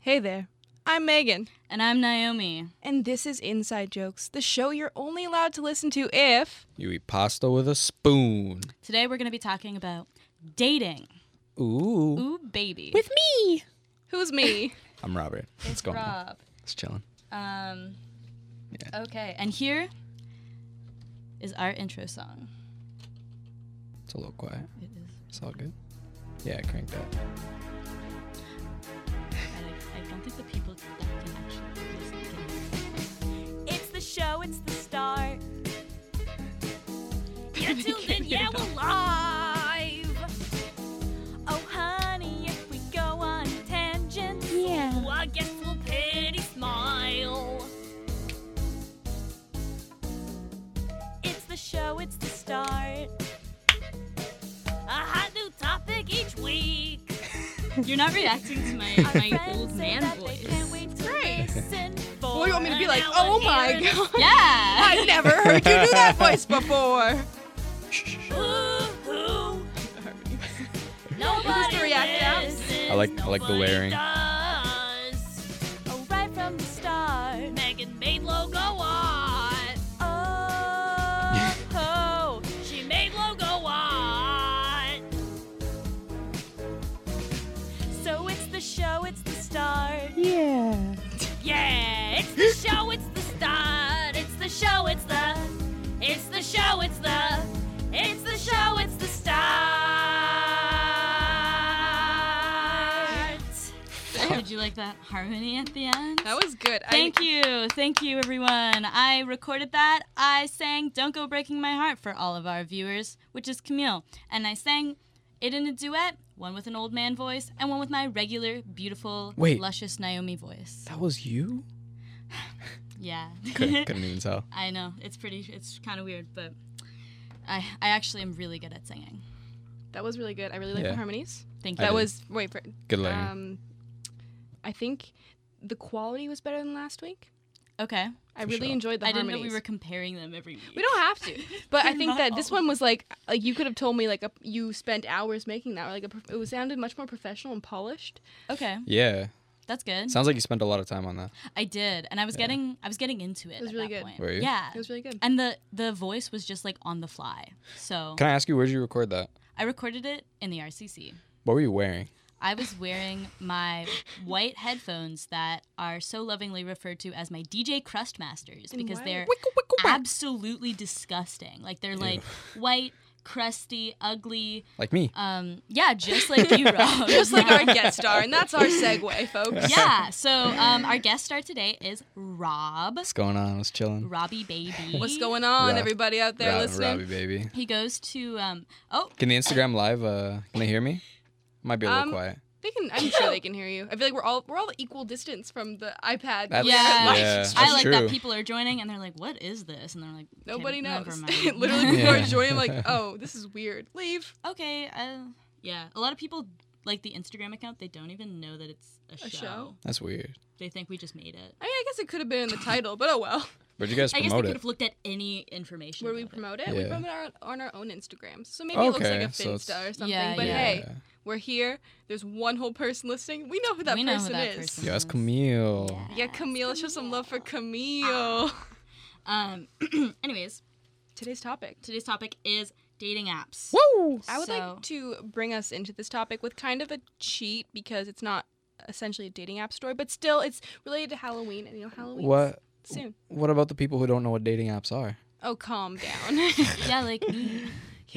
Hey there, I'm Megan, And I'm Naomi. and this is Inside Jokes, the show you're only allowed to listen to if. You eat pasta with a spoon. Today we're going to be talking about dating. Ooh. Ooh, baby. me! Who's me? I'm Robert. Let's go. Rob. It's chilling. Um, Okay, and here is our intro song. It's a little quiet. It is. It's all good. Yeah, crank that. I, don't think the people that can actually listen can. It's the show, it's the start. You're tuned in, yeah, we're live. Oh, honey, if we go on tangents, yeah. I guess we'll pity smile. It's the show, it's the start. A hot new topic each week. You're not reacting to my, Our my friends old say man that they can't voice. wait to listen for what do you want me to be an like? hour Oh here my and god! Yeah. I never heard you do that voice before! Ooh, Who's nobody the react out? listens, I like- I like the nobody layering. Does. Oh, right from the start, Megan made logo what? Oh, oh, she made logo what? So it's the show, it's the start. Yeah. Yeah, it's the show, it's the start. It's the show, it's the. It's the show, it's the. It's the show, it's the start. Would you like that harmony at the end? That was good. Thank you. Thank you, everyone. I recorded that. I sang Don't Go Breaking My Heart for all of our viewers, which is Camille. And I sang it in a duet, one with an old man voice and one with my regular, beautiful, Wait. luscious Naomi voice. That was you? Yeah. Couldn't, couldn't even tell. I know. It's pretty, it's kind of weird, but I, I actually am really good at singing. That was really good. I really like Yeah. the harmonies. Thank I you. That did. was. Wait, for, Good layering. um, I think the quality was better than last week. okay. I For really sure. enjoyed the I didn't harmonies. know we were comparing them every week. We don't have to, but I think that this No. one was like like you could have told me like a, you spent hours making that. Or like a, prof- it was sounded much more professional and polished. Okay. yeah. That's good. Sounds like you spent a lot of time on that. I did. And I was getting, I was getting into it. was at really that good. Point. Were you? Yeah. It was really good. and the the voice was just like on the fly so Can I ask you, where did you record that? i recorded it in the rcc What were you wearing? i was wearing my white headphones that are so lovingly referred to as my dj crust masters And because why- they're oh absolutely disgusting like they're like white crusty ugly Like me. um yeah just like you Rob. Just like Yeah. our guest star, and that's our segue, folks. yeah so um our guest star today is rob What's going on? I was chilling. robbie baby What's going on, Rob- everybody out there Rob- listening? Robbie, baby. he goes to um oh Can the Instagram live, uh, can they hear me? Might be a little Um, quiet. They can. I'm sure they can hear you. I feel like we're all we're all equal distance from the iPad. That's- Yeah. yeah, I that's like true. that people are joining and they're like, "What is this?" And they're like, "Okay, Nobody never knows. mind." Literally, people are Yeah. joining. Like, oh, this is weird. Leave okay, uh, yeah. A lot of people like the Instagram account. They don't even know that it's a, a show. show. That's weird. They think we just made it. I mean, I guess it could have been in the title, but oh well. Where'd you guys I guess they promote could it? have looked at any information. Where we about it. promote it, we Yeah. promote it on our own Instagram. So maybe it looks like Okay, a so Finsta it's- or something. Yeah, but yeah. hey, we're here. There's one whole person listening. We know who that We know who person that is. person Yo, that's Yes. Camille. Yeah, Camille, show some love for Camille. Ah. Um. anyways, Today's topic. today's topic is dating apps. Woo! I would So- like to bring us into this topic with kind of a cheat because it's not essentially a dating app story, but still it's related to Halloween and you know Halloween What? soon. What about the people who don't know what dating apps are? Oh, calm down. yeah. Yeah, like me.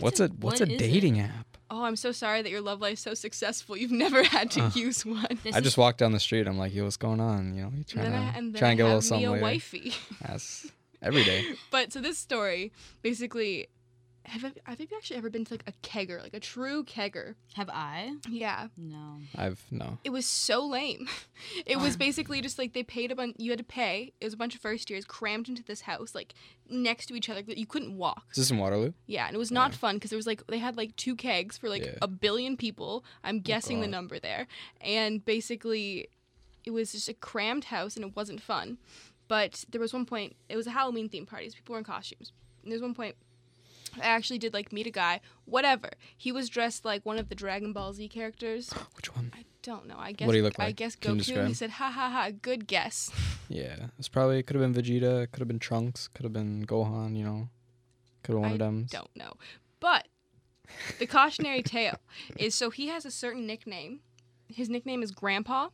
What's, a, what's what a is dating app? Oh, I'm so sorry that your love life's so successful. You've never had to use one. This Uh. I is- just walked down the street. I'm like, yo, what's going on? You know, you And trying then I, to and then trying to get I a little have me something a later. wifey. That's every day. But so this story, basically, have I- have you actually ever been to like a kegger, like a true kegger? have I? Yeah. No. I've no. It was so lame. It Oh. was basically just like they paid a bunch. You had to pay. It was a bunch of first years crammed into this house, like next to each other. that You couldn't walk. Is this in Waterloo? Yeah, and it was not fun because there was like they had like two kegs for like Yeah. Oh, a billion people. I'm guessing the God. number there, and basically, it was just a crammed house and it wasn't fun. But there was one point. It was a Halloween theme party. So people were in costumes. And there's one point. I actually did like meet a guy. Whatever. He was dressed like one of the Dragon Ball Z characters. Which one? don't know. I guess do you look I like? guess Can you Goku. And he describe? said, "Ha ha ha! Good guess." Yeah, it's probably could have been Vegeta, could have been Trunks, could have been Gohan. You know, could have one I of them. Don't know. But the cautionary tale is so he has a certain nickname. His nickname is Grandpa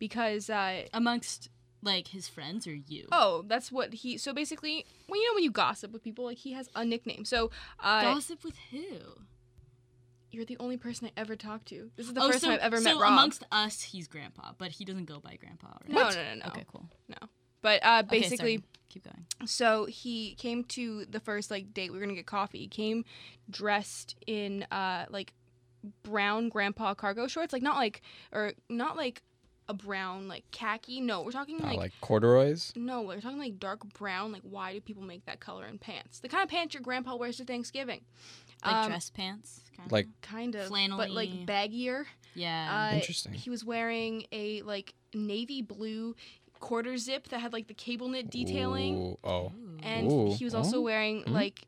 because uh, amongst like his friends or you? oh, that's what he. So basically, well, you know when you gossip with people, like he has a nickname. So uh, Gossip with who? you're the only person I ever talked to. This is the oh, first so, time I've ever so met Rob. amongst us, he's grandpa, but he doesn't go by grandpa. Right? no, no, no, no. Okay, cool. But uh, Okay, basically, sorry. keep going. so he came to the first like date. We were gonna get coffee. He came dressed in uh like brown grandpa cargo shorts, like not like or not like a brown like khaki. No, we're talking Not like. Ah, like corduroys. no, we're talking like dark brown. Like, why do people make that color in pants? The kind of pants your grandpa wears to Thanksgiving, Like Um, dress pants, kinda? Like kind of, but like Flannelly. baggier. yeah, Uh, Interesting. He was wearing a like navy blue quarter zip that had like the cable knit detailing. Ooh, oh, Ooh. and Ooh. he was also Oh. wearing Mm. like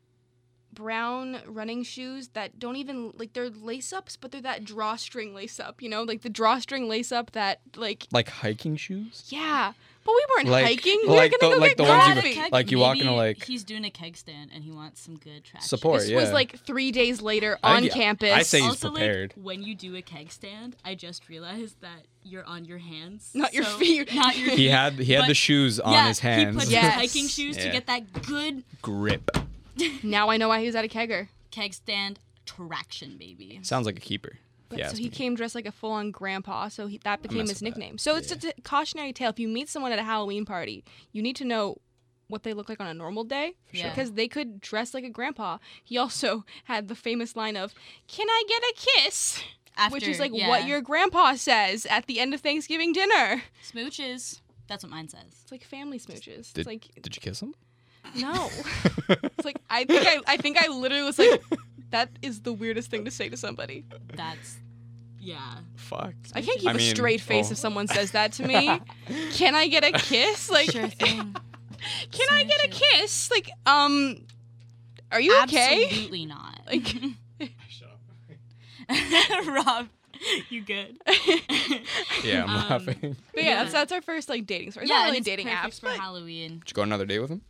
brown running shoes that don't even like they're lace ups, but they're that drawstring lace up, you know, like the drawstring lace up that like like hiking shoes. yeah. But we weren't Like- hiking. We were like gonna the- go like get the ones you- coffee. Keg- like, you walk in a, maybe like- he's doing a keg stand and he wants some good traction. Support, this yeah. was like three days later I- on yeah, campus. I say- He's also, prepared. like when you do a keg stand, I just realized that you're on your hands, Not your so- feet. not your He feet. had he had But- the shoes on yeah, his He hands. puts Yes. his hiking shoes to Yeah. get that good Grip. now I know why he was at a kegger. keg stand traction, baby. Sounds like a keeper. But, yeah. so he came dressed like a full on grandpa, so he, that became his mess with that. nickname. So it's just a cautionary tale. If you meet someone at a Halloween party, you need to know what they look like on a normal day Sure. because they could dress like a grandpa. He also had the famous line of, Can I get a kiss? After, Which is like yeah. what your grandpa says at the end of Thanksgiving dinner. smooches. That's what mine says. It's like family smooches. Did, it's like, did you kiss him? no. it's like, I think I, I think I literally was like, That is the weirdest thing to say to somebody. That's yeah. Fuck. I can't keep I a mean, straight face oh. if someone says that to me. Can I get a kiss? Like, Sure thing. can I get a Smash kiss? Like, um, are you okay? Absolutely not. Like, Rob, you good? Yeah, I'm Um, laughing. Did but yeah, that's that's our first like dating story. It's yeah, not and really it's dating perfect apps, for but Halloween. you go on another date with him?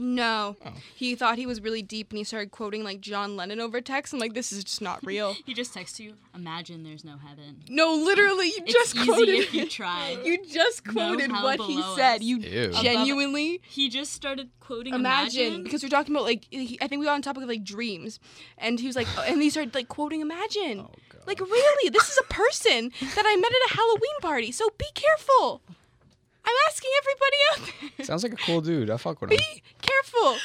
no. Oh. He thought he was really deep, and he started quoting like John Lennon over text. I'm like, this is just not real. He just texts you. Imagine there's no heaven. No, literally, you It's just easy quoted if you it. try. You just quoted hell what he below said. us. You Ew. Above- genuinely He just started quoting. imagine, Imagine, because we're talking about like he, I think we got on topic of like dreams, and he was like, uh, and he started like quoting Imagine. Oh, God. Like really, this is a person that I met at a Halloween party, so be careful. I'm asking everybody out there, Sounds like a cool dude. I fuck with him. be careful.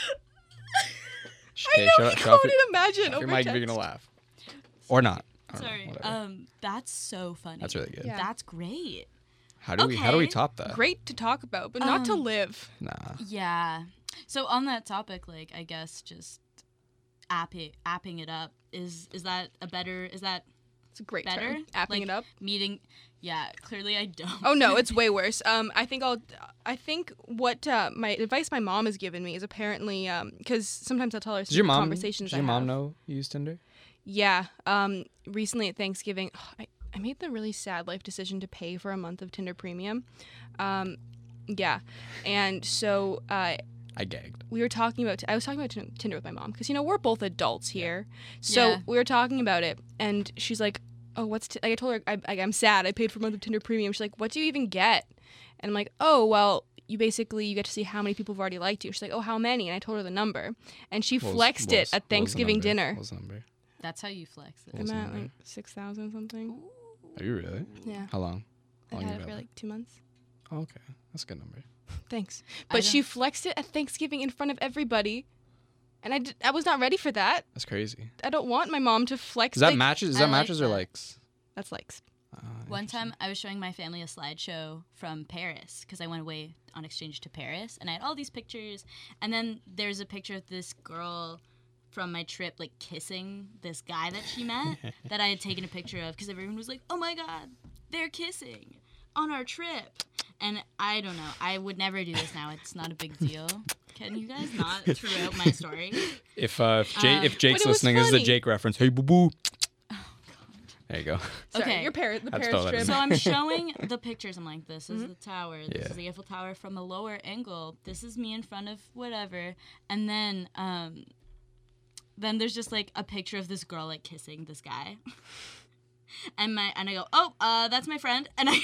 Sh- I okay, know shut he up- shut off quoted your- Imagine Oh off over your mic if text. you're gonna laugh. Or not. I don't know, Sorry. whatever. Um, that's so funny. That's really good. Yeah. That's great. How do we how do we okay. top that? Great to talk about, but not to Um, live. Nah. Yeah. So on that topic, like I guess just apping apping it up is is that a better is that It's a great better term. Apping Like, it up. meeting? Yeah. Clearly, I don't. Oh no, it's way worse. Um, I think I'll. I think what uh, my advice my mom has given me is apparently because sometimes I'll tell her Did your some mom conversations. Did your I mom have. know you used Tinder? Yeah. Um, recently at Thanksgiving, oh, I, I made the really sad life decision to pay for a month of Tinder Premium. Um, yeah. And so uh, I gagged. we were talking about, I was talking about Tin- Tinder with my mom because, you know, we're both adults here. So Yeah. we were talking about it, and she's like, Oh, what's, t-? like, I told her, I, I, I'm sad. I paid for a month of Tinder Premium. She's like, What do you even get? And I'm like, Oh, well, you basically you get to see how many people have already liked you. She's like, oh, how many? And I told her the number, and she What was- flexed what it was- what was at the Thanksgiving number? dinner. What was the number? That's how you flex it. Well, I'm Awesome, at right? like six thousand something. Are you really? Yeah, How long? I've How long you had it been for at like two months. Oh, okay. That's a good number. Thanks, I but she flexed it at Thanksgiving in front of everybody, and I, d- I was not ready for that. That's crazy. I don't want my mom to flex. Is that like- matches? Is I that like matches or that. likes? That's likes. Uh, One interesting. time I was showing my family a slideshow from Paris because I went away on exchange to Paris and I had all these pictures. And then there's a picture of this girl from my trip, like kissing this guy that she met that I had taken a picture of because everyone was like, oh my God, they're kissing on our trip. And I don't know. I would never do this now. It's not a big deal. Can you guys not throughout my story? If uh, if, Jake, Um, if But Jake's it was Oh, listening, this is a funny. Jake reference. Hey, boo boo. There you go. Sorry, Okay. your parent, the That's parents all that trip. is. So I'm showing the pictures. I'm like, this is the tower. This Yeah. is the Eiffel Tower from a lower angle. This is me in front of whatever. And then, um, then there's just like a picture of this girl like kissing this guy. And my and I go, oh, uh, that's my friend, and I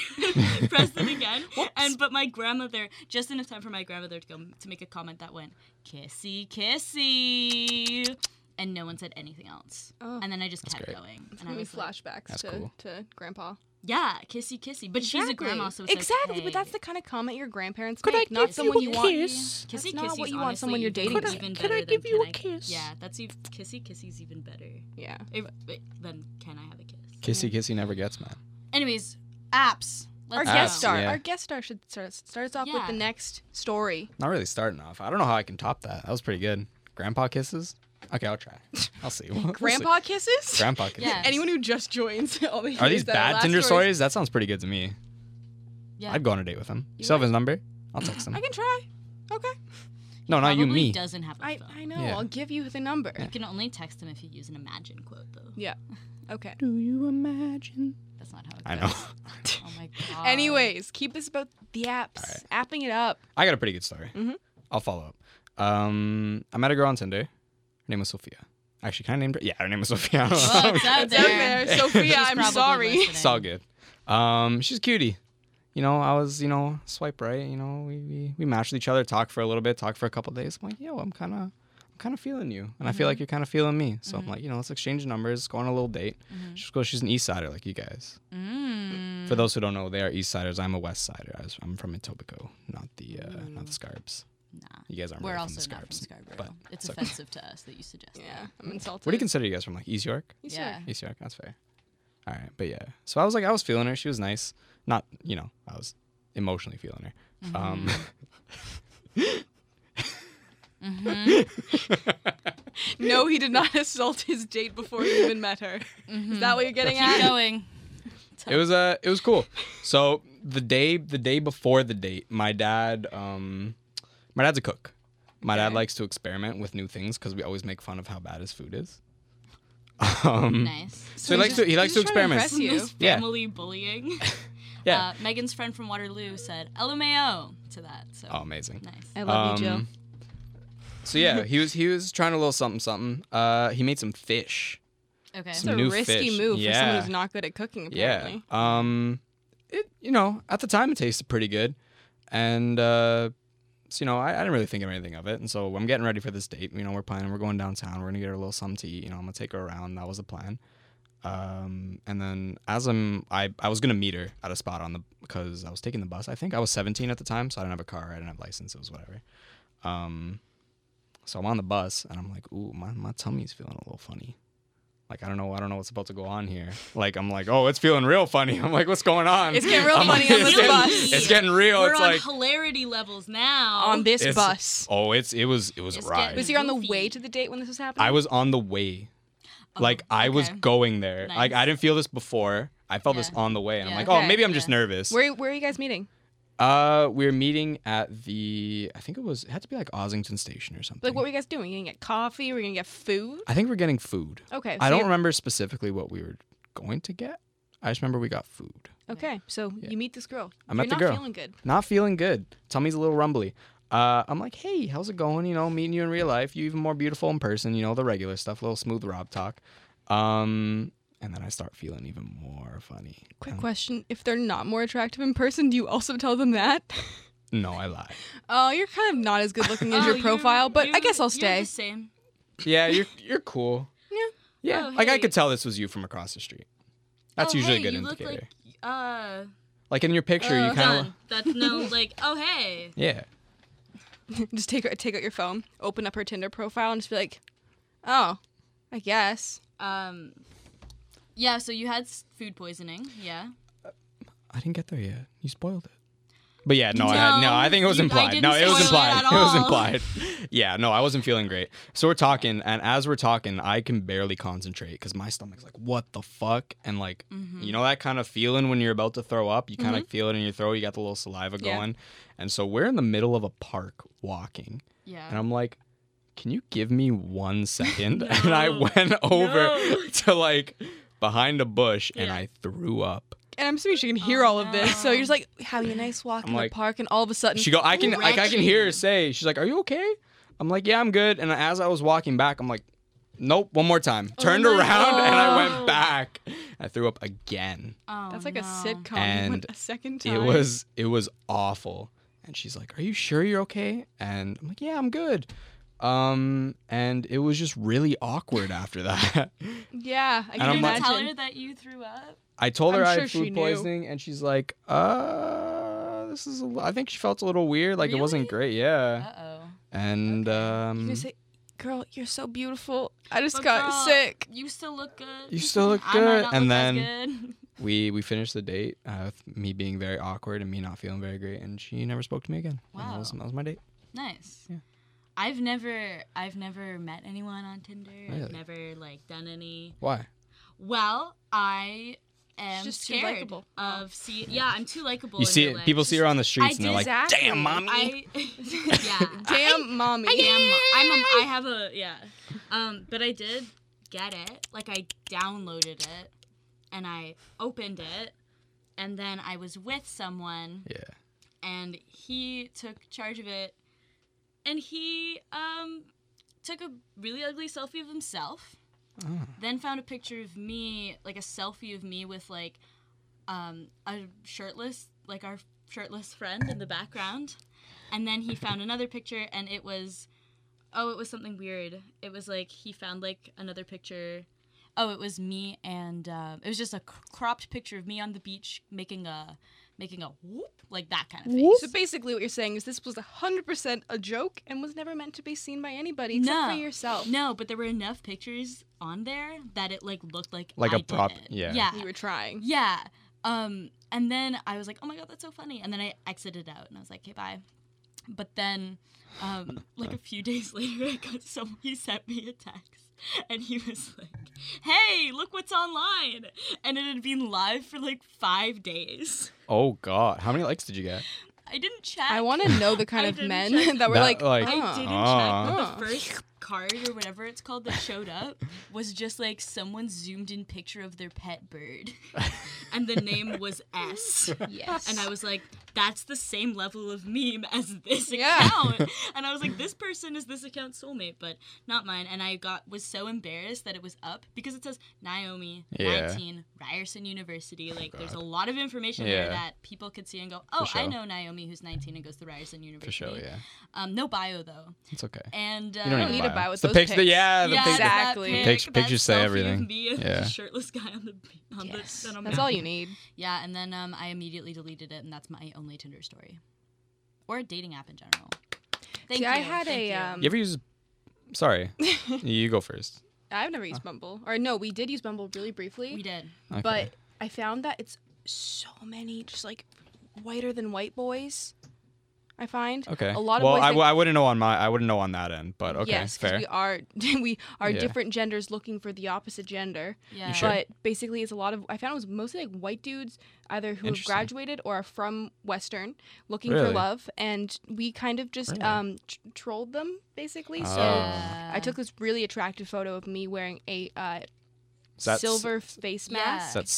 press it again, and but my grandmother just enough time for my grandmother to go to make a comment that went kissy kissy, and no one said anything else, Oh. and then I just kept great. going, and I Maybe was like, flashbacks That's to, cool. to grandpa. yeah, kissy kissy. But she's a grandma, so it's exactly. okay. But that's the kind of comment your grandparents Could I make, not give someone you you a want. kiss? kissy that's not kissy's what you want someone honestly you're dating. even Could I- better could I than give you a I- kiss? Yeah, that's ev- kissy kissy's even better. Yeah. If, wait, then can I have a kiss? Mm-hmm. Kissy kissy never gets, man. Anyways, apps. Our Let's Apps, guest go. star. yeah. Our guest star should start starts off with Yeah. the next story. Not really starting off. I don't know how I can top that. That was pretty good. Grandpa kisses? Okay, I'll try. I'll see. We'll see. Grandpa kisses. Grandpa kisses. Yeah. Anyone who just joins. All they hear Are is these that our bad last Tinder story is- stories? That sounds pretty good to me. Yeah. I'd go on a date with him. You You still have would? his number? I'll text him. I can try. Okay. no, not you, Probably me. doesn't have a I, phone. I know. Yeah. I'll give you the number. You can only text him if you use an imagine quote, though. Yeah. Okay. Do you imagine? That's not how it I goes. know. Oh my god. Anyways, keep this about the apps. Apping it up. I got a pretty good story. Mhm. I'll follow up. Um, I met a girl on Tinder. Her name was Sophia. Actually, kind of named her. Yeah, her name was Sophia. I don't know. Oh, Well, it's out It's out there. there. Sophia, She's I'm probably sorry. listening. It's all good. Um, she's a cutie. You know, I was, you know, swipe right. You know, we, we, we matched with each other, talked for a little bit, talked for a couple days. I'm like, yo, I'm kind of, I'm kind of feeling you, and I Mm-hmm. feel like you're kind of feeling me. So I'm like, you know, let's exchange numbers, let's go on a little date. She's cool. She's an East Sider, like you guys. Mm-hmm. Mm. For those who don't know, they are East Siders. I'm a West Sider. I was, I'm from Etobicoke, not the, uh, not the Scarps. Mm. Nah. You guys aren't We're really also from the not from Scarps. Scarborough. but it's it's okay. offensive to us that you suggest Yeah. I'm insulted. What do you consider you guys from? Like East York? Yes, Yeah. sir. East York, that's fair. All right, but yeah. So I was like, I was feeling her. She was nice. Not, you know, I was emotionally feeling her. Mm-hmm. Um, No, he did not assault his date before he even met her. Is that what you're getting Mm-hmm. that. Keep at? going. it was uh, it was cool. So the day the day before the date, my dad um, my dad's a cook. My dad Okay. likes to experiment with new things because we always make fun of how bad his food is. Um, Nice. So he likes to he likes to He's just trying to experiment. impress you. This Yeah. family bullying. Yeah. Uh, Megan's friend from Waterloo said LMAO to that. So oh, amazing. nice. I love you, Jill. Um, So yeah, he was he was trying a little something something. Uh, he made some fish. Okay. It's some a new risky fish. move for someone Yeah. who's not good at cooking, Yeah. apparently. Um, it you know at the time it tasted pretty good, and uh, so you know I, I didn't really think of anything of it. And so I'm getting ready for this date. You know we're planning we're going downtown. We're gonna get her a little something to eat. You know I'm gonna take her around. That was the plan. Um, and then as I'm I I was gonna meet her at a spot on the because I was taking the bus. I think I was 17 at the time, so I didn't have a car. I didn't have a license. It was whatever. Um, so I'm on the bus and I'm like, ooh, my, my tummy's feeling a little funny. Like I don't know, I don't know what's about to go on here. Like I'm like, oh, it's feeling real funny. I'm like, what's going on? It's getting real I'm funny on Um, it's this getting- bus. It's getting real. We're it's on like hilarity levels now. On this it's- bus. oh, it's it was it was a It's ride. getting- Was he on the Goofy. way to the date when this was happening? I was on the way. Oh, Like I was okay. going there. Like Nice. I didn't feel this before. I felt this Yeah. on the way, and I'm Yeah. like, Okay. oh, maybe I'm just Yeah. nervous. Where, where are you guys meeting? Uh, we were meeting at the I think it was it had to be like Ossington Station or something. Like, what were you guys doing? You gonna get coffee? Were you gonna get food? I think we're getting food. Oh, Okay. I so don't you- remember specifically what we were going to get. I just remember we got food. Okay, so you meet this girl. I You're met the not girl. feeling good. Not feeling good. Tummy's a little rumbly. Uh, I'm like, hey, how's it going? You know, meeting you in real life. You even more beautiful in person. You know, the regular stuff, little smooth Rob talk. Um, and then I start feeling even more funny. Quick Um, question: If they're not more attractive in person, do you also tell them that? No, I lie. Oh, you're kind of not as good looking as Oh, your you- profile, but I you- guess I'll You're stay. the same. Yeah, you're you're cool. Yeah. Yeah, Oh, like I hey. could tell this was you from across the street. That's oh, usually hey, a good you indicator. Look Like... like, uh, in your picture, you kind of done. That's no like. Oh hey. yeah. just take her, take out your phone, open up her Tinder profile, and just be like, "Oh, I guess." Um. Yeah. So you had s- food poisoning. Yeah. I didn't get there yet. You spoiled it. But yeah, no, I No, had, no, I think it was you- I implied. didn't no, it was spoil it implied. at It, was all. implied. Yeah, no, I wasn't feeling great. So we're talking, and as we're talking, I can barely concentrate because my stomach's like, what the fuck? And like, Mm-hmm. you know that kind of feeling when you're about to throw up? You kind of feel it in your throat. You got the little saliva Yeah. going. And so we're in the middle of a park walking, and Yeah. I'm like, can you give me one second? And I went over to like behind a bush and Yeah. I threw up. And I'm assuming she can hear Oh, all of this. So no. you're just like having a nice walk I'm in like- the park, and all of a sudden, She go, I can, like, I can hear her retching. say. She's like, "Are you okay?" I'm like, "Yeah, I'm good." And as I was walking back, I'm like, "Nope." One more time, turned Oh my around and I God. went back. I threw up again. Oh, That's like a no. sitcom. you And went a second time. It was it was awful. And she's like, "Are you sure you're okay?" And I'm like, "Yeah, I'm good." Um, and it was just really awkward after that. Yeah, I I'm can Did you like- tell her imagine. that you threw up? I told her I'm I sure had she food knew. poisoning, and she's like, "Uh, this is." A li- I think she felt a little weird. Like it wasn't Really? great. Yeah. Uh oh. And You're um, gonna say, "Girl, you're so beautiful. I just But got Oh, girl, sick." You still look good. You still look I might good. not And look as good. we we finished the date uh, with me being very awkward and me not feeling very great, and she never spoke to me again. And that, was, Wow. that was my date. nice. Yeah. I've never, I've never met anyone on Tinder. I've Really? never like done any. Why? Well, I am She's just too scared likable. of see. Yeah, I'm too likable. You in see real it. life. People see her on the streets, I and they're like, did- "Damn, mommy." I, yeah. Damn, mommy. I am. I'm. A, I have a. Yeah. Um. But I did get it. Like I downloaded it, and I opened it, and then I was with someone, yeah. and he took charge of it, and he um took a really ugly selfie of himself. Oh. Then found a picture of me, like a selfie of me with like um a shirtless, like our shirtless friend in the background. And then he found another picture and it was oh, it was something weird. It was like he found like another picture. Oh, it was me and um, it was just a cr- cropped picture of me on the beach making a making a whoop, like that kind of face. So basically, what you're saying is this was 100% a joke and was never meant to be seen by anybody except No. for yourself. No, but there were enough pictures on there that it like looked like Like a a prop- yeah. Yeah. You were trying. Yeah. Um, and then I was like, oh my god, that's so funny. And then I exited out and I was like, okay, bye. But then, um, like a few days later, I got some. He sent me a text, and he was like, "Hey, look what's online!" And it had been live for like five days. Oh God! How many likes did you get? I didn't check. I want to know the kind I of didn't men check. that were That, like, like- I "Huh." didn't Ah. check, but the first card or whatever it's called that showed up was just like someone's zoomed in picture of their pet bird, and the name was S. yes. And I was like, that's the same level of meme as this Yeah. account. and I was like, this person is this account soulmate, but not mine. And I got was so embarrassed that it was up because it says Naomi, Yeah. Oh, 19, Ryerson University. Like there's a lot of information Yeah. there that people could see and go, Oh, I sure. know Naomi who's nineteen and goes to Ryerson For University. sure. Yeah. Um, no bio though. It's okay. And uh, You don't don't need need a bio with the those pics- pics. Yeah. The yeah, pics- Exact- that Exactly. pic, Pics- that pictures say selfie of everything. me and the Yeah. shirtless guy on the on Yes. the and on That's the- all you need. yeah, and then um, I immediately deleted it, and that's my only Tinder story, or a dating app in general. Thank See, you. I had thank a, you. um, You ever use? Sorry, you go first. I've never used Bumble. Or no, we did use Bumble really briefly. we did. Okay. But I found that it's so many just like whiter than white boys. I find okay. a lot of well, boys. I, that- w- I wouldn't know on my I wouldn't know on that end, but okay, yes, 'cause fair. we are we are Yeah. different genders looking for the opposite gender. Yeah. Sure. But basically, it's a lot of I found it was mostly like white dudes, either who have Interesting. graduated or are from Western, looking for Really? love, and we kind of just Really? um tr- trolled them basically. So Oh. Ah. I uh, took this really attractive photo of me wearing a uh, Is that s- silver face Yeah. mask. Is that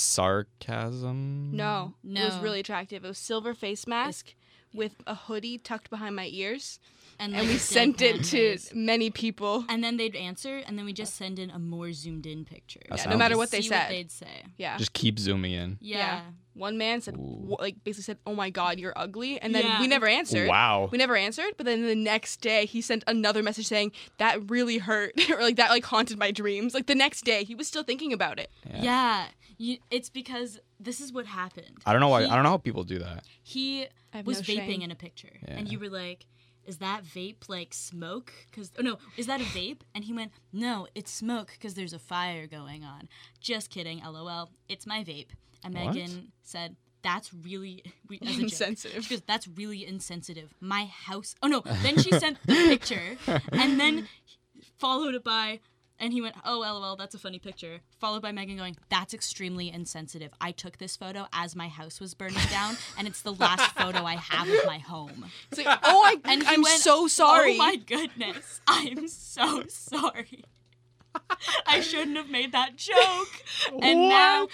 sarcasm? No, it was No. really attractive. It was silver face mask with a hoodie tucked behind my ears, like, and we dead sent it to pandas. many people. And then they'd answer, and then we just send in a more zoomed in picture. That Yeah, sounds- no matter Just what they see said. they'd say. yeah. Just keep zooming in. Yeah. One man said, w- like, basically said, "Oh my God, you're ugly," and then Yeah. we never answered. Wow. We never answered, but then the next day he sent another message saying that really hurt or like that like haunted my dreams. Like the next day he was still thinking about it. Yeah. Yeah. You, it's because this is what happened. I don't know why. He- I don't know how people do that. He I have was no vaping shame. in a picture, and you were like, "Is that vape like smoke? Because oh no, is that a vape?" And he went, "No, it's smoke because there's a fire going on." Just kidding, lol. It's my vape. And What? Megan said, "That's really we, as a joke. Insensitive. She goes, "That's really insensitive." My house. Oh no. Then she sent the picture, and then followed it by. And he went, oh, lol, that's a funny picture. Followed by Megan going, that's extremely insensitive. I took this photo as my house was burning down, and it's the last photo I have of my home. It's like, oh, I, And he oh I'm went, so sorry. Oh my goodness, I'm so sorry. I shouldn't have made that joke. And now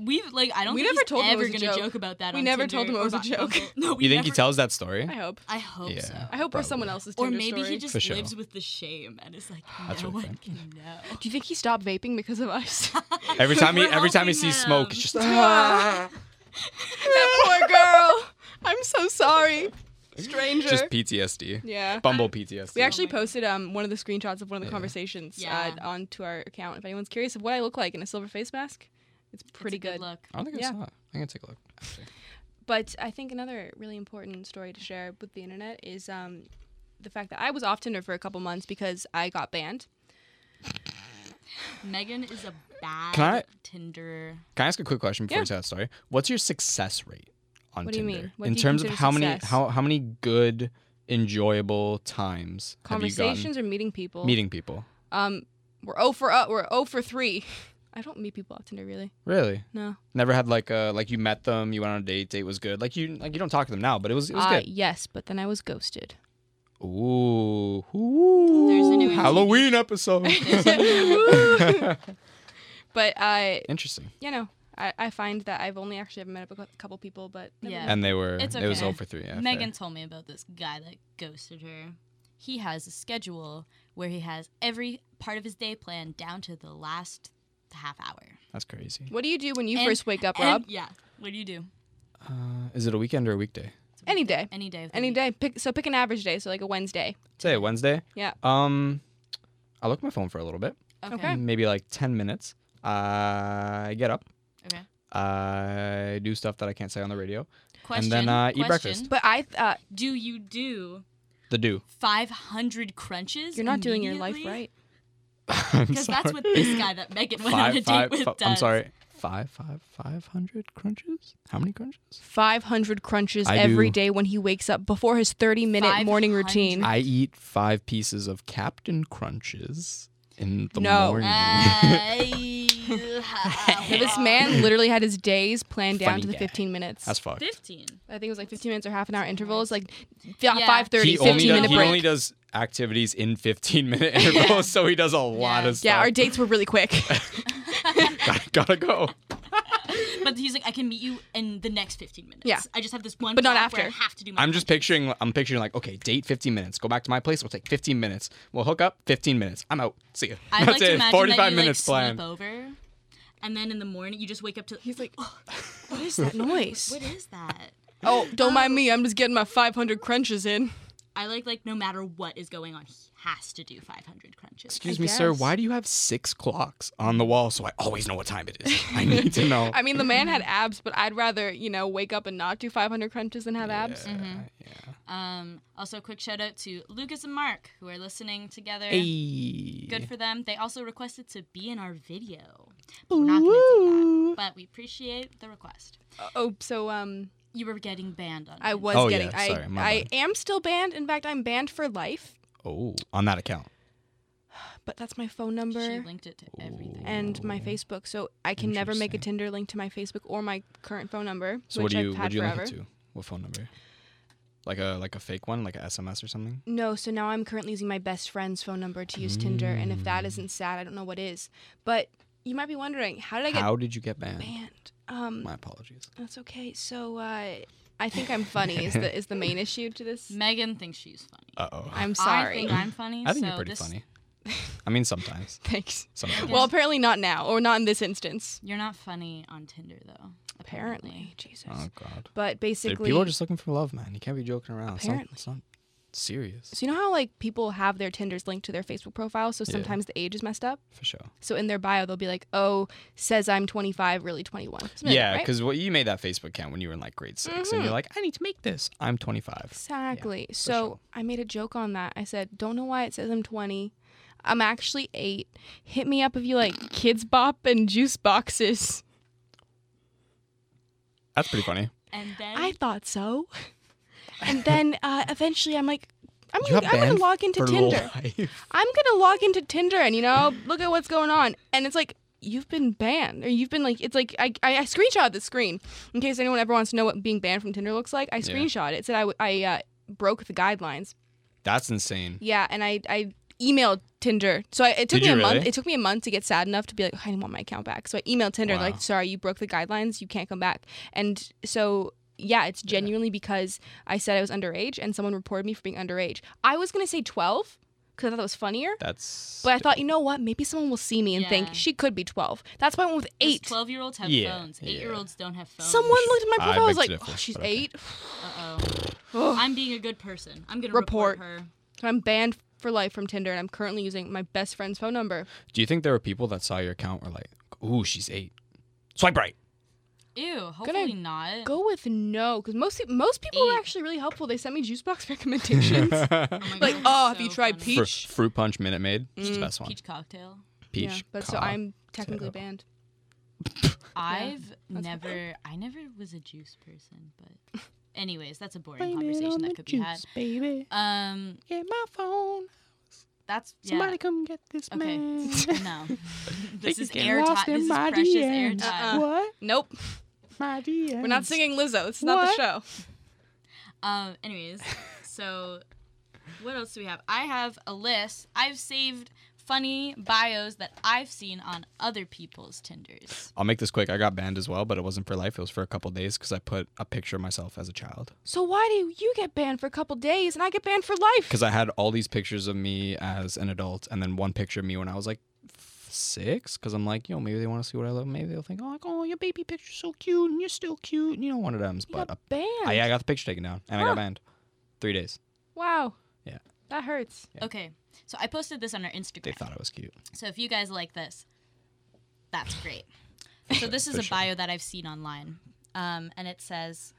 we've like I don't We think never he's told him it ever was a gonna joke. joke about that. We on never Tinder told him it or was a Bun- joke. Bumble. No, we You think he never- tells that story? I hope. I hope Yeah. so. I hope we're someone Probably. else's Or Tinder maybe story. he just For sure. lives with the shame and it's like That's no what I one think. can know. Do you think he stopped vaping because of us? Every time he We're every time he helping sees smoke, him. it's just "Ah." that poor girl. I'm so sorry, stranger. just PTSD. yeah. Bumble PTSD. We actually my God. posted um one of the screenshots of one of the Yeah. conversations Yeah. uh, onto our account. If anyone's curious of what I look like in a silver face mask, it's It's a pretty good. Look. I don't think Yeah. I saw it. I'm gonna take a look. Actually. But I think another really important story to share with the internet is um the fact that I was off Tinder for a couple months because I got banned. Megan is a bad Can I- Tinder. Can I ask a quick question before Yeah. you tell that story? What's your success rate on What do you Tinder? mean? What in do you terms of consider how many success? how how many good, enjoyable times have you gotten Conversations or meeting people. meeting people? Um, we're oh for uh, we're oh for three. I don't meet people off Tinder really. Really? No. Never had like uh like you met them, you went on a date, date was good. Like you like you don't talk to them now, but it was it was Uh, good. yes, but then I was ghosted. Ooh. There's a Ooh. new Halloween episode. But I, Interesting. you know, I, I find that I've only actually ever met up with a couple people, but never Yeah. mind. And they were It's it was okay. 0 for 3. Yeah, fair. Megan told me about this guy that ghosted her. He has a schedule where he has every part of his day planned down to the last half hour. That's crazy. What do you do when you And- first wake up, And- Rob? yeah. What do you do? Uh, is it a weekend or a weekday? Any day, Any day of the any week. day. Pick so pick an average day, so like a Wednesday. Today, Wednesday? Yeah. Um I look at my phone for a little bit. Okay. Okay. Maybe like 10 minutes. I get up. Okay. I do stuff that I can't say on the radio. Question. then, uh, question. eat breakfast. But I, uh, Do you do The do. 500 crunches? you're not doing your life immediately? right. Because that's what this guy that Megan went on a Five, date five, with fi- does. I'm sorry. Five, five, five hundred crunches. How many crunches? Five hundred crunches I every day do- when he wakes up before his thirty-minute morning 500. routine. I eat five pieces of Captain Crunches in the No. morning. Uh, this man literally had his days planned down Funny to the guy. 15 minutes. That's fucked. 15. I think it was like 15 minutes or half an hour intervals, like f- Yeah. 5:30, He 15 only, does, minute he break. only does activities in 15 minute intervals, so he does a lot Yeah. of stuff. yeah, our dates were really quick. Gotta- gotta go. But he's like, I can meet you in the next 15 minutes. Yeah. I just have this one But not block where after. I have to do my I'm just picturing. I'm picturing like, okay, date 15 minutes. Go back to my place. We'll take 15 minutes. We'll hook up. 15 minutes. I'm out. See ya. I'd like to imagine 45 that you, minutes like, planned. sleep over. And then in the morning, you just wake up to. He's like, what is that noise? what is that? Oh, don't mind me. I'm just getting my 500 crunches in. I like like no matter what is going on, he has to do 500 crunches. Excuse I me, sir. guess. Why do you have six clocks on the wall so I always know what time it is? I need to know. I mean, the man had abs, but I'd rather, you know, wake up and not do 500 crunches than have abs. Yeah, Um, also, a quick shout out to Lucas and Mark who are listening together. yeah. Good for them. They also requested to be in our video. We're not gonna do that, but we appreciate the request. Oh, so um You were getting banned on. I Tinder. was Oh, yeah, getting sorry, my I I bad. am still banned. In fact, I'm banned for life, Oh, on that account. but that's my phone She number. linked it to everything. and my Facebook. So I can never make a Interesting. Tinder link to my Facebook or my current phone number, So what which do you I've what had do you link forever. it to? What phone number? Like a like a fake one, like a SMS or something? No, so now I'm currently using my best friend's phone number to use Tinder, and if that Hmm. isn't sad, I don't know what is. But you might be wondering, how did I get How did you get banned? banned? Um, My apologies. that's okay. So uh, I think I'm funny is the is the main issue to this. Megan thinks she's funny. Uh oh. I'm I sorry. think I'm funny. I think so you're pretty this- funny. I mean, sometimes. Thanks. Sometimes. Well, apparently not now, or not in this instance. You're not funny on Tinder though. Apparently, Jesus. oh God. But Dude, basically, people are just looking for love, man. You can't be joking around. It's not, Apparently. it's not serious So you know how like people have their Tinders linked to their Facebook profile, so sometimes the age is messed up. for sure. So in their bio, they'll be like, "Oh, says I'm 25, really 21." Something like Yeah, that, right? Mm-hmm. because what you made that Facebook account when you were in like grade 6 and you're like, I need to make this. I'm 25. exactly. so sure. I made a joke on that. I said, "Don't know why it says I'm 20. I'm actually eight. Hit me up if you like Kids Bop and juice boxes." That's pretty funny. And then I thought so. And then uh, eventually, I'm like, "I'm You gonna, got I'm gonna banned log into for Tinder." life. I'm gonna log into Tinder and you know look at what's going on, and it's like you've been banned or you've been like it's like I I, I screenshot the screen in case anyone ever wants to know what being banned from Tinder looks like. I screenshot it. it said I w- I uh, broke the guidelines. That's insane. Yeah, and I I emailed Tinder. So I, it took Did me a you month. really? It took me a month to get sad enough to be like, I want my account back. So I emailed Tinder Wow. like, sorry, you broke the guidelines. You can't come back. And so yeah, it's genuinely because I said I was underage and someone reported me for being underage. I was gonna say twelve because I thought that was funnier. That's. But I thought, you know what? Maybe someone will see me and think Yeah. she could be 12. That's why I went with eight. Twelve year olds have Yeah, phones. Eight year olds don't have phones. Someone looked at my I profile. I was beg like, to oh, differ, she's but okay. eight. Uh oh. Ugh. I'm being a good person. I'm gonna report, Report. her. I'm banned for life from Tinder, and I'm currently using my best friend's phone number. Do you think there were people that saw your account were like, "Ooh, she's eight, swipe right"? Ew. Hopefully not. Go with no, because most peop- most people were Eight. actually really helpful. They sent me juice box recommendations. Oh my God, like, that's oh, have so you tried funny. Fru- peach? Mm, fruit punch Minute Maid, it's the best one. Peach cocktail. yeah, Peach. but so cock. I'm technically banned. I've never. I never was a juice person, but. Anyways, that's a boring conversation that could be had. baby. Um, Get my phone. that's yeah. Somebody come get this Okay. man. no. this is Get airtime. lost in This is my Uh-uh. precious DMs. airtime. What? Uh, Nope, My DMs. we're not singing Lizzo. This is not the What? show. Um. Anyways, so what else do we have? I have a list. I've saved funny bios that I've seen on other people's Tinders. I'll make this quick. I got banned as well, but it wasn't for life. It was for a couple days because I put a picture of myself as a child. So why do you get banned for a couple days and I get banned for life? Because I had all these pictures of me as an adult, and then one picture of me when I was like f- six. Because I'm like, yo, maybe they want to see what I look. Maybe they'll think, oh, like, oh, your baby picture's so cute, and you're still cute. And, you know, one of them's. You But got a- banned. I, yeah, I got the picture taken down, and I Huh. got banned. Three days. Wow. Yeah. That hurts. Okay. So I posted this on our Instagram. They thought I was cute. So if you guys like this, that's great. so this is for a sure. bio that I've seen online, um, and it says,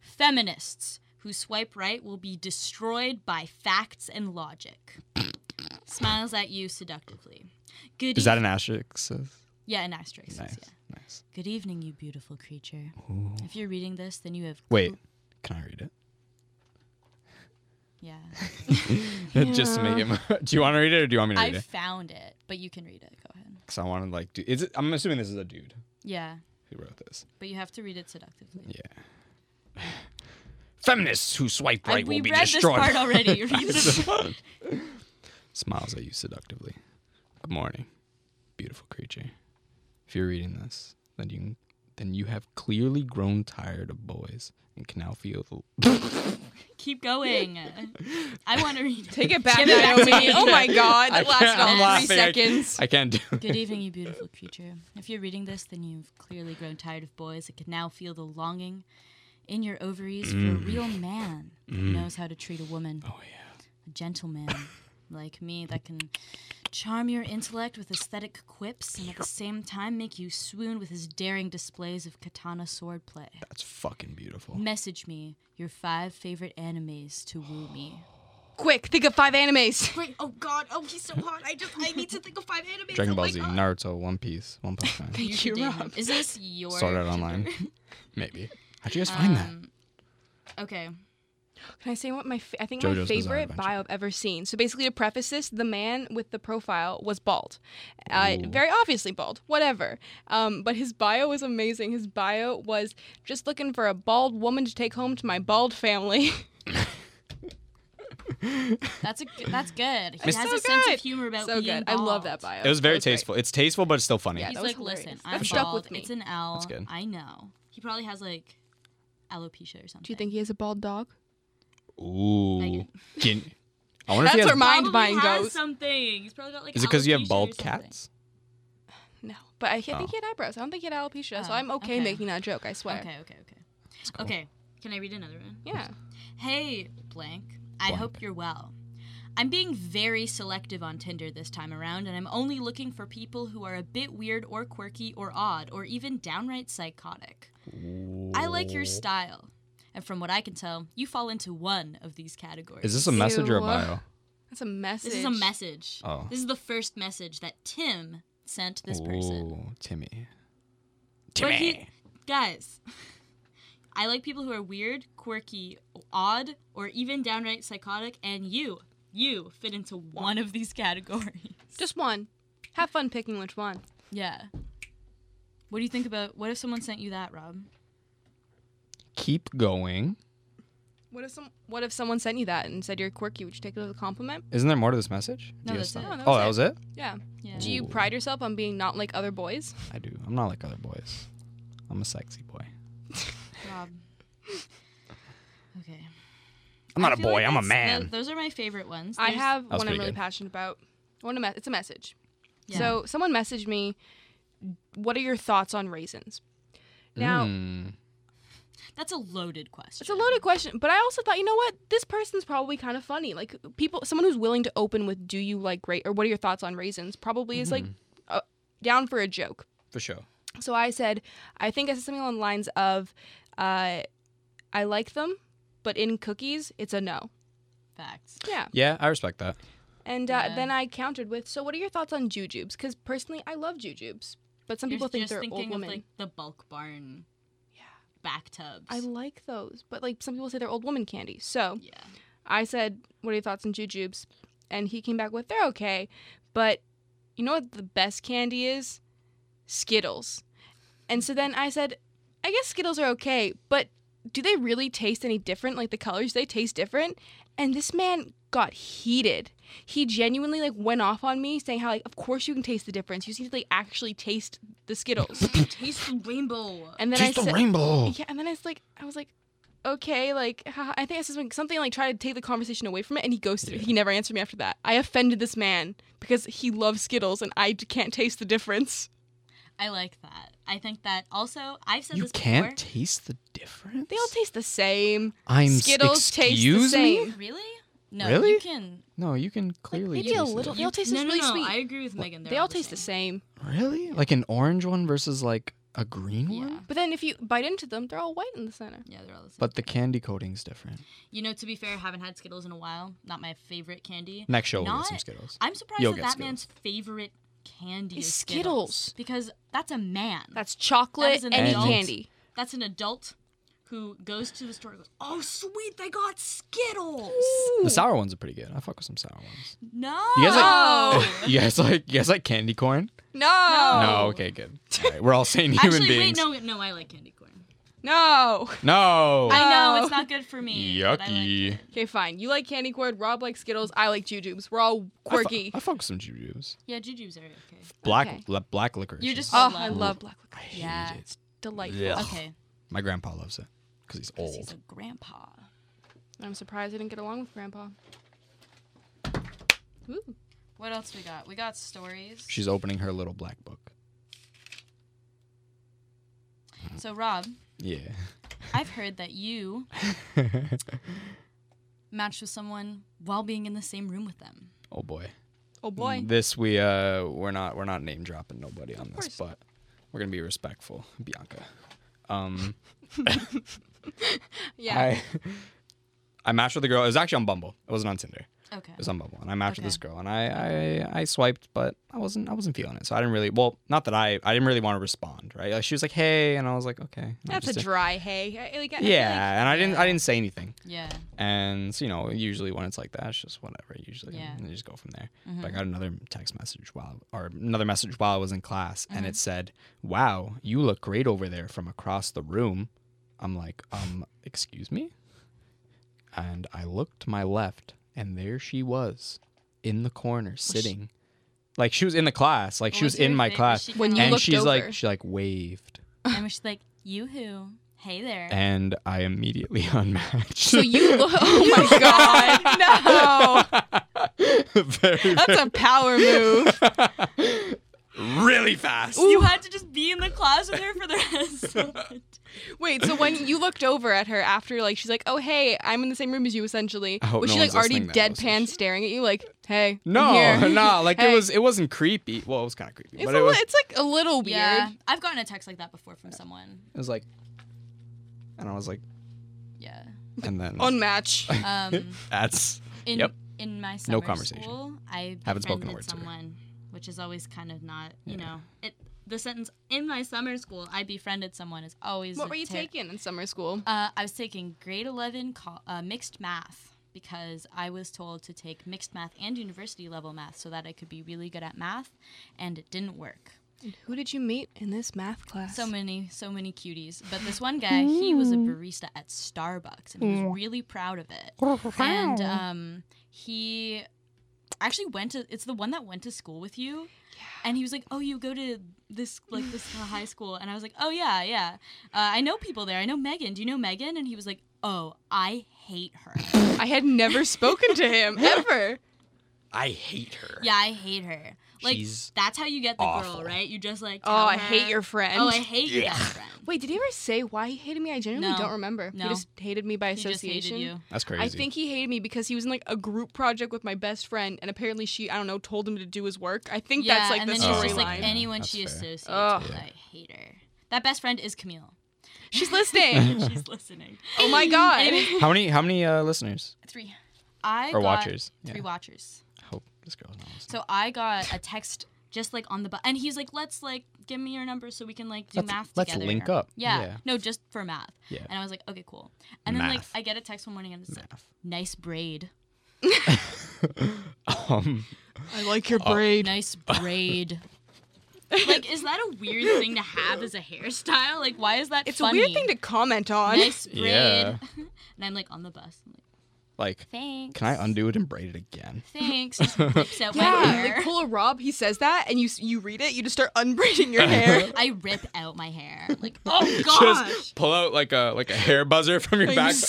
"Feminists who swipe right will be destroyed by facts and logic." Smiles at you seductively. Good. Is that eve- an asterisk? yeah an asterisk? Nice. Yeah. Nice. Good evening, you beautiful creature. If you're reading this, then you have Wait, can I read it? yeah. Just to make it. More- do you want to read it or do you want me to read I it? found it, but you can read it. Go ahead. Because I want to like. Do- is it? I'm assuming this is a dude Yeah, who wrote this. but you have to read it seductively. Yeah. Feminists who swipe I- right we will be read destroyed. this part already. Read this. Smiles at you seductively. Good morning, beautiful creature. If you're reading this, then you then you have clearly grown tired of boys and can now feel the Keep going. I want to read it. Take it back, Give it back to Naomi. me. oh my God, I that lasted can't- I'm all three laughing. I- seconds. I can't do it. Good evening, you beautiful creature. If you're reading this, then you've clearly grown tired of boys and can now feel the longing in your ovaries for a real man who knows how to treat a woman. Oh, yeah. A gentleman like me that can charm your intellect with aesthetic quips and at the same time make you swoon with his daring displays of katana swordplay. That's fucking beautiful. Message me your five favorite animes to woo me. Quick, think of five animes. Wait, oh god, oh he's so hot. I just I need to think of five animes. Dragon Ball Z, Naruto, One Piece, One Punch Man. oh. You you, should date him. Is this your Um, Sort out online. Maybe. How'd you guys find that? Okay. Can I say what my fa- I think my JoJo's Bizarre favorite Adventure. bio I've ever seen? So basically, to preface this, the man with the profile was bald, uh, very obviously bald. Whatever, um, but his bio was amazing. His bio was just looking for a bald woman to take home to my bald family. That's a g- that's good. He It's has so a sense of good. humor about so being good, I love bald. that bio. It was very great. tasteful. It's tasteful, but it's still funny. Yeah. He's that was like, listen, hilarious. I'm That bald. stuck with me. It's an L. I good. know. He probably has like alopecia or something. Do you think he has a bald dog? Ooh. Can- I wonder if That's he has- where my- Probably Mind buying has goes? something? He's probably got like. Is it because you alopecia have or bald something. cats? No, but I, I Oh. think he had eyebrows. I don't think he had alopecia, so Oh, I'm okay, okay. making that joke. I swear. Okay, okay, okay. Okay. Can I read another one? Yeah. Hey, blank. I hope you're well. I'm being very selective on Tinder this time around, and I'm only looking for people who are a bit weird or quirky or odd or even downright psychotic. I like your style. And from what I can tell, you fall into one of these categories. Is this a message or a Ew. bio? That's a message. This is a message. Oh. This is the first message that Tim sent this person. Ooh, Timmy. But he, guys, I like people who are weird, quirky, odd, or even downright psychotic, and you, you fit into one of these categories. Just one. Have fun picking which one. Yeah. What do you think about what if someone sent you that, Rob? Keep going. What What if some What if someone sent you that and said you're quirky? Would you take it as a compliment? Isn't there more to this message? No, Do you that's guys it. know? No, Oh, that that was was it. Yeah. Yeah. Do you Ooh. pride yourself on being not like other boys? I do. I'm not like other boys. I'm a sexy boy. Rob. Okay. I'm I not a feel boy. like I'm a that's- man. tho- those are my favorite ones. I There's- have That was one I'm pretty really good. passionate about. One of me- it's a message. Yeah. So someone messaged me, "What are your thoughts on raisins?" Now Mm. That's a loaded question. it's a loaded question, but I also thought, you know what? This person's probably kind of funny. Like people, someone who's willing to open with "Do you like ra- or what are your thoughts on raisins?" probably is Mm-hmm. like uh, down for a joke. for sure. So I said, I think I said something along the lines of, uh, "I like them, but in cookies, it's a no." Facts. Yeah. Yeah, I respect that. And uh, Yeah. then I countered with, "So, what are your thoughts on jujubes? Because personally, I love jujubes, but some You're people think just they're thinking old of women. like the bulk barn. Yeah. Bathtubs. I like those, but like some people say they're old woman candy. So yeah. I said, "What are your thoughts on jujubes?" And he came back with, "They're okay, but you know what the best candy is? Skittles." And so then I said, "I guess Skittles are okay, but do they really taste any different? Like the colors, they taste different?" And this man got heated. He genuinely like went off on me saying how like of course you can taste the difference. You need to like actually taste the Skittles. Taste the rainbow. And then Taste I the said, rainbow. yeah, and then it's like I was like, okay, like haha. I think I said something, something like try to take the conversation away from it, and he ghosted me. He never answered me after that. I offended this man because he loves Skittles and I d- can't taste the difference. I like that. I think that also I've said You this can't before. taste the difference. They all taste the same. I'm Skittles taste the excuse me? same. really? No, you Really? can. No, you can clearly Maybe a taste the little. They all difference. taste no, no, really no. sweet. I agree with Megan. They're they all taste the same. Really? Like an orange one versus like a green Yeah. one? But then if you bite into them, they're all white in the center. Yeah, they're all the same. But the candy coating's different. you know, to be fair, I haven't had Skittles in a while. Not my favorite candy. Next show we'll Not- get some Skittles. I'm surprised You'll that get that Skittles. man's favorite candy Is is Skittles. because that's a man. That's chocolate That is an and adult. candy. That's an adult who goes to the store and goes, "Oh, sweet, they got Skittles." The sour ones are pretty good. I fuck with some sour ones. No. You guys No. like You guys like you guys like candy corn? No, No, okay, good. All right, we're all sane human Oh. Actually, beings. wait, no, no, I like candy corn. no. no. I know Oh. it's not good for me. but I like Yucky. it. Okay, fine. You like candy corn. Rob likes Skittles. I like jujubes. We're all I fu- quirky. I fuck with some jujubes. Yeah, jujubes are okay. Black Okay. li- black licorice. You're is- just- Oh, I Love. love black I licorice. hate Yeah. it. Delightful. Ugh. Okay, My grandpa loves it because he's 'cause old. he's a grandpa. I'm surprised I didn't get along with Grandpa. Ooh. What else we got? We got stories. She's opening her little black book. So Rob, Yeah. I've heard that you matched with someone while being in the same room with them. oh boy. Oh boy. This we uh we're not we're not name dropping nobody on course. this, but we're gonna be respectful, Bianca. Um, Yeah. I I matched with a girl. It was actually on Bumble. It wasn't on Tinder. Okay. It was on Oh. Bumble, and I matched Okay. with this girl, and I, I I swiped, but I wasn't I wasn't feeling it, so I didn't really. Well, not that I I didn't really want to respond, right? Like she was like, hey, and I was like, okay. And I That's a just did- dry hay. I- like, I- I feel Yeah, like- and I didn't I didn't say anything. Yeah. And so, you know, usually when it's like that, it's just whatever. Usually, Yeah. and you just go from there. But Mm-hmm. I got another text message while, or another message while I was in class, and Mm-hmm. it said, "Wow, you look great over there from across the room." I'm like, um, excuse me. And I looked to my left, and there she was, in the corner, sitting, like she was in the class, like she was, in my class, When you and looked she's over. like, she like waved, and she's like, "You who? Hey there." and I immediately unmatched. So you look. Oh my god. No. very, That's a power move. really fast. You had to just be in the class with her for the rest. of the Wait, so when you looked over at her after, like, she's like, oh, hey, I'm in the same room as you, essentially. I hope Was no she, like, one's already listening that deadpan listens. staring at you, like, hey. I'm No, here. no, like Hey. it was it wasn't creepy. Well, it was kind of creepy, It's, but a it li- was it's, like, a little weird. Yeah, I've gotten a text like that before from someone. it was like and I was like Yeah. and then Unmatch. Um, that's in Yep. in my summer conversation. school, I Haven't spoken a befriended word to her. someone, which is always kind of not, you know, it. The sentence in my summer school, I befriended someone is always. what a were you ter- taking in summer school? Uh, I was taking grade eleven co- uh, mixed math because I was told to take mixed math and university level math so that I could be really good at math, and it didn't work. Who did you meet in this math class? So many, so many cuties. But this one guy, he was a Mm. barista at Starbucks and he was really proud of it. And um, he actually went to, it's the one that went to school with you. And he was like, "Oh, you go to this like this high school?" And I was like, "Oh yeah, yeah. Uh, I know people there. I know Megan. Do you know Megan?" And he was like, "Oh, I hate her. I had never spoken to him ever. I hate her. yeah, I hate her. Like She's that's how you get the awful. girl, right? You just like, Oh, tell I her, hate your friend. Oh, I hate your Yeah. best friend. Wait, did he ever say why he hated me? I genuinely No. don't remember. No. He just hated me by He just association. hated you. That's crazy. I think he hated me because he was in like a group project with my best friend, and apparently she, I don't know, told him to do his work. I think that's like and the then she's just storyline. like Yeah, anyone that's she fair. associates Ugh. with. I hate her. That best friend is Camille. she's listening. She's listening. oh my god. Anyway, How many? How many uh, listeners three. I or got watchers? Three Yeah. watchers. I hope this girl's not listening. So I got a text just like on the bu- and he's like, let's like give me your number so we can like do Let's- math let's together. link up. Yeah. Yeah. No, just for math. Yeah. And I was like, okay, cool. And then like Math. I get a text one morning and it's like, Math. nice braid, Um, I like your Uh, braid. nice braid. like, is that a weird thing to have as a hairstyle? Like, why is that? it's funny? a weird thing to comment on. nice braid. Yeah. and I'm like on the bus. I'm like, like, thanks. can I undo it and braid it again? Thanks. Just rips out my Yeah, hair. like Cola Rob, he says that, and you s- you read it, you just start unbraiding Uh-huh. your hair. I rip out my hair. I'm like, oh gosh. Just pull out like a like a hair buzzer from your back.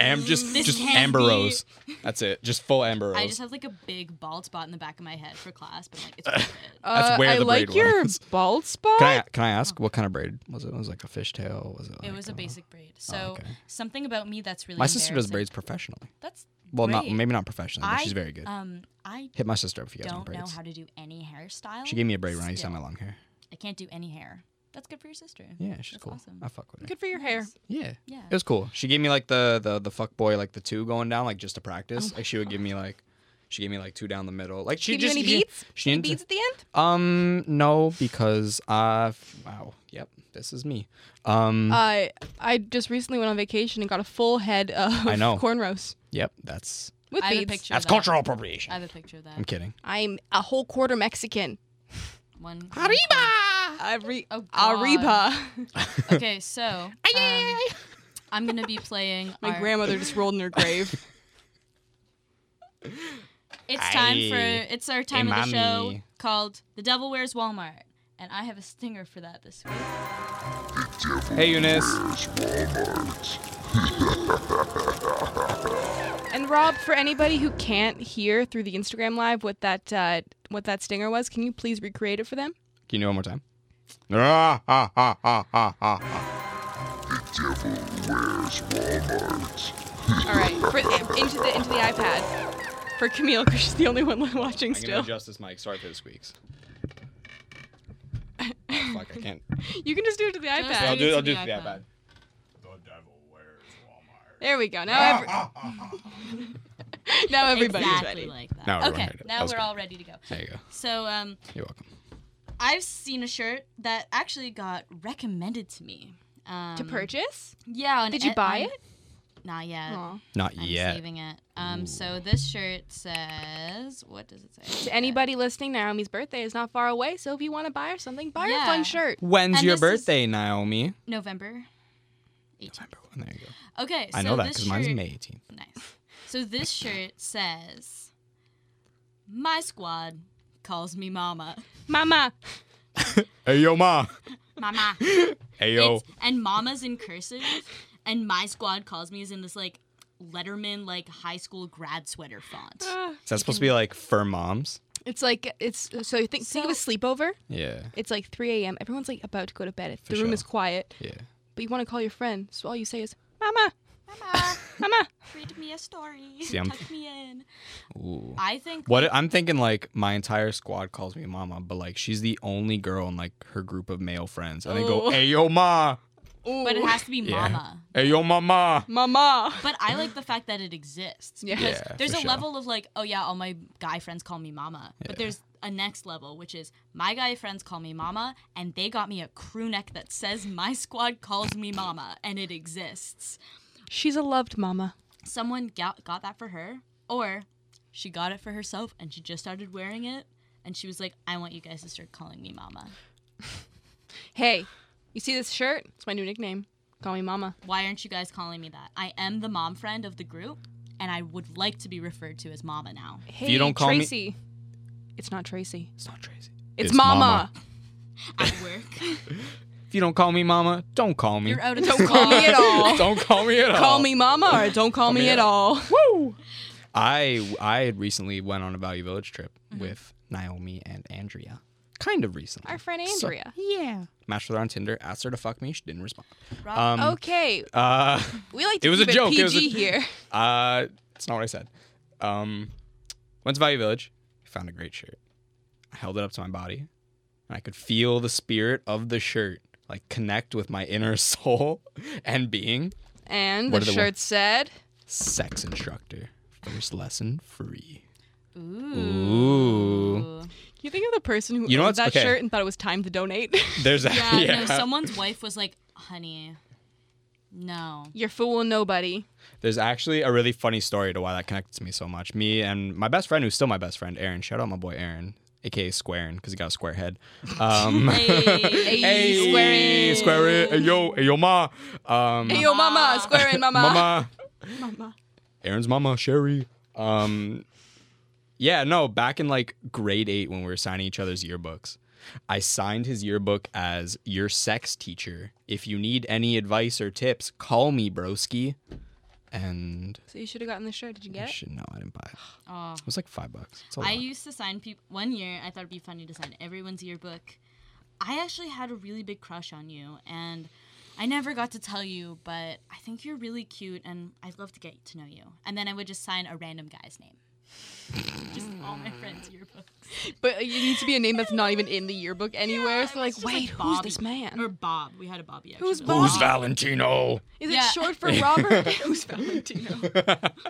Am just This just can Amber be- Rose. That's it. Just full Amber Rose. I just have like a big bald spot in the back of my head for class, but I'm like, it's worth Oh it. That's where Uh, I the braid like your was. bald spot. can I can I ask what kind of braid was it? Was it like a fishtail? Was it? Like It was a basic braid. So Oh, okay. something about me that's really My sister does embarrassing- braids professionally. That's Well, not great. maybe not professionally, but I- she's very good. Um, I Hit my sister if you guys want don't know braids. how to do any hairstyle. She gave me a braid when I used to have still. my long hair. I can't do any hair. That's good for your sister. Yeah, she's That's cool. Uh, awesome. I fuck with her. Good for your hair. Yeah. Yeah. It was cool. She gave me like the the the fuck boy like the two going down like just to Oh practice. like she would give me like she gave me like two down the middle. Like she Give you just any she- beats? She didn't Beads at the end. um no because uh f- wow yep this is me Uh, um I Uh, I just recently went on vacation and got a full head of I know. cornrows yep that's with I have a beads. picture. that's of that. cultural appropriation. I have a picture of that. I'm kidding. I'm a whole quarter Mexican. One. Ari- Oh, God. Arriba. Okay, so um, I'm gonna be playing. My our- grandmother just rolled in her grave. It's time for Aye. it's our time Hey, of the show mommy. called "The Devil Wears Walmart," and I have a stinger for that this week. Hey Eunice. and Rob, for anybody who can't hear through the Instagram live what that uh, what that stinger was, can you please recreate it for them? Can you do it one more time? Ah, ah, ah, ah, ah, ah. All right, for, uh, into the into the iPad for Camille because she's the only one watching I'm gonna still. adjust this mic. Sorry for the squeaks. Oh, fuck, I can't. You can just do it to the Yeah, iPad. I'll do it- I'll do it to the iPad. There we go. Now every- now everybody's exactly ready. like that. Now everyone okay, heard it. That now was we're good. all ready to go. There you go. So um, You're welcome. I've seen a shirt that actually got recommended to me. Um, To purchase? Yeah. on Did you Ed- buy on- it? Not yet. Aw. Not I'm yet. saving it. Um, so this shirt says, what does it say? To anybody listening, Naomi's birthday is not far away, so if you want to buy her something, buy her a Yeah. fun shirt. When's And your this is- birthday, Naomi? November. November. There you go. Okay. So I know that this because mine's shirt- May 18th. Nice. So this shirt says, "My squad calls me mama, Mama. Hey yo, ma. mama." Hey It's- and mama's in cursive, and my squad calls me is in this like Letterman like high school grad sweater font. Is that supposed to be like for moms? It's like it's so you think think of a sleepover. Yeah. It's like 3 a.m. Everyone's like about to go to bed. the room sure. is quiet, Yeah. but you want to call your friend, so all you say is "Mama, Mama, Mama." read me a story. See, I'm- Tuck me in. Ooh. I think What I'm thinking, like my entire squad calls me mama, but like she's the only girl in like her group of male friends, and they go, Ooh. "Hey yo, ma, but it has to be Yeah. mama. hey yo, mama." Mama. But I like the fact that it exists. Yeah. because Yeah, there's for a sure. level of like, oh yeah, all my guy friends call me mama. But there's a next level, which is my guy friends call me mama, and they got me a crew neck that says my squad calls me mama, and it exists. She's a loved mama. Someone got, got that for her, or she got it for herself and she just started wearing it. and she was like, I want you guys to start calling me mama. Hey, you see this shirt? It's my new nickname. Call me Mama. Why aren't you guys calling me that? I am the mom friend of the group, and I would like to be referred to as mama now. Hey, you don't call me- Tracy. It's not Tracy. It's not Tracy. It's, It's Mama. Mama. At work. If you don't call me mama, don't call me. You're out of Don't call me at all. don't call me at all. Call me Mama or don't call me me at at all. I I had recently went on a Value Village trip with Naomi and Andrea. Kind of recently. Mm-hmm. Our friend So- Andrea. Yeah. matched with her on Tinder, asked her to fuck me. She didn't respond. Rob- Um, oh. okay, uh, we like to it was a keep it joke. PG It was a- here. uh, that's not what I said. Um, went to Value Village, found a great shirt. I held it up to my body, and I could feel the spirit of the shirt like connect with my inner soul and being. And What the did it shirt said, Sex instructor, first lesson free. Ooh. "Can you think of the person who You know owned what's- that okay. shirt and thought it was time to donate? There's a, Yeah, Uh, no, someone's wife was like, honey, no. You're fooling nobody." There's actually a really funny story to why that connected to me so much. Me and my best friend, who's still my best friend, Aaron. Shout out my boy Aaron, aka Squarin, because he got a square head. Um, Hey. Hey, Hey, Squarin. Squarin. Hey, yo, hey, yo, ma. Um, Hey, yo, Mama, square in, Mama. mama. Mama. Aaron's mama, Sherry. Um, yeah, no, back in like grade eight when we were signing each other's yearbooks, I signed his yearbook as your sex teacher. If you need any advice or tips, call me, broski. And So you should have gotten the shirt. Did you get it? shit, no, I didn't buy it. Oh. It was like five bucks. It's a I lot. used to sign people. One year, I thought it'd be funny to sign everyone's yearbook. I actually had a really big crush on you, and I never got to tell you, but I think you're really cute, and I'd love to get to know you. And then I would just sign a random guy's name. just all my friends' yearbooks. But you need to be a name that's not even in the yearbook anywhere. so Yeah, it was like, just wait, who's Bobby. this man? Or Bob. We had a Bobby. Actually, Who's but- Bob? Who's Valentino? Is Yeah. it short for Robert? who's Valentino?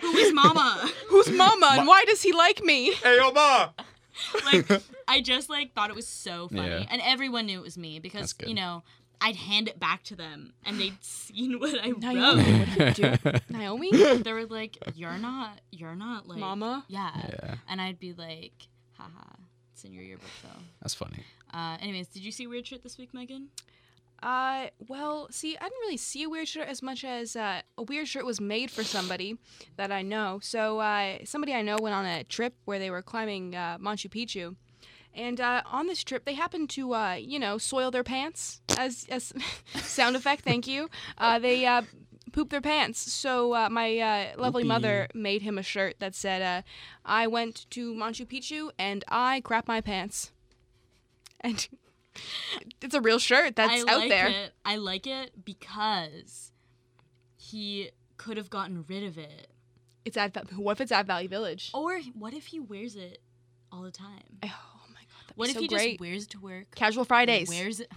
Who's Mama? Who's Mama and why does he like me? Hey, yo, ma. like I just like thought it was so funny, Yeah. and everyone knew it was me That's because good. you know I'd hand it back to them, and they'd seen what I Naomi, wrote. what do you do? Naomi? they were like, "You're not, you're not like Mama? Yeah. Yeah. and I'd be like, "Haha, it's in your yearbook though." That's funny. Uh, anyways, did you see Weird Shit this week, Megan? Uh, well, see, I didn't really see a weird shirt as much as uh, a weird shirt was made for somebody that I know. So, uh, somebody I know went on a trip where they were climbing uh, Machu Picchu. And uh, on this trip, they happened to, uh, you know, soil their pants as, as sound effect. Thank you. Uh, they uh, pooped their pants. So uh, my uh, lovely mother made him a shirt that said, uh, "I went to Machu Picchu and I crap my pants." And it's a real shirt that's I out like there. It. I like it because he could have gotten rid of it, It's at Va- what if it's at Valley Village? or what if he wears it all the time? Oh, my god, that What if so he great. just wears it to work? casual Fridays? Wears it.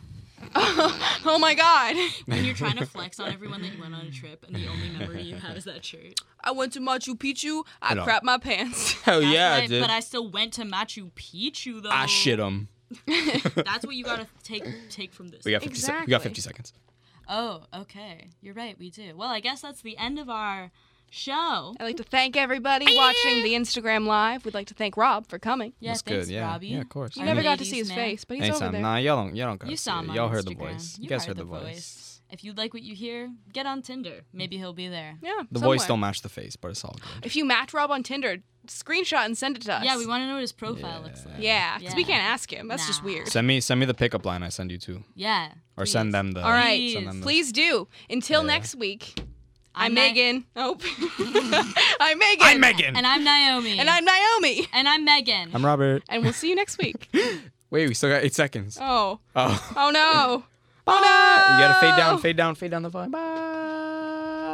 oh my god, when you're trying to flex on everyone that you went on a trip and the only memory you have is that shirt. I went to Machu Picchu. I know. crap my pants. Hell That's yeah, right, dude. But I still went to Machu Picchu though. I shit him. That's what you gotta take take from this. We got 50 sec- we got Exactly. 50 seconds. oh, okay. You're right. We do. Well, I guess that's the end of our show. I'd like to thank everybody watching the Instagram live. We'd like to thank Rob for coming. Yeah, That's thanks, good. Yeah. Robbie. Yeah, of course. You Our never got to ladies see his man. face, but he's over Anytime. there. Nah, y'all don't. Y'all don't. gotta You see saw it. him. on Y'all heard the Instagram. voice. You You guys heard the voice. voice. If you like what you hear, get on Tinder. Maybe he'll be there. Yeah, The somewhere. voice don't match the face, but it's all good. If you match Rob on Tinder, screenshot and send it to us. Yeah, we want to know what his profile looks like. Yeah, because we Yeah. can't ask him. That's just Nah. weird. Send me send me the pickup line I send you to, Yeah. or send them the. All right, Please. Send them the- please do. Until Yeah. next week, I'm I'm, Ni- Megan. Nope. I'm Megan. I'm Megan. And I'm Naomi. And I'm Naomi. and I'm Megan. I'm Robert. And we'll see you next week. Wait, we still got eight seconds. Oh. Oh. Oh no. Oh, Bye. You gotta fade no. Oh. down, fade down, fade down the volume. Bye.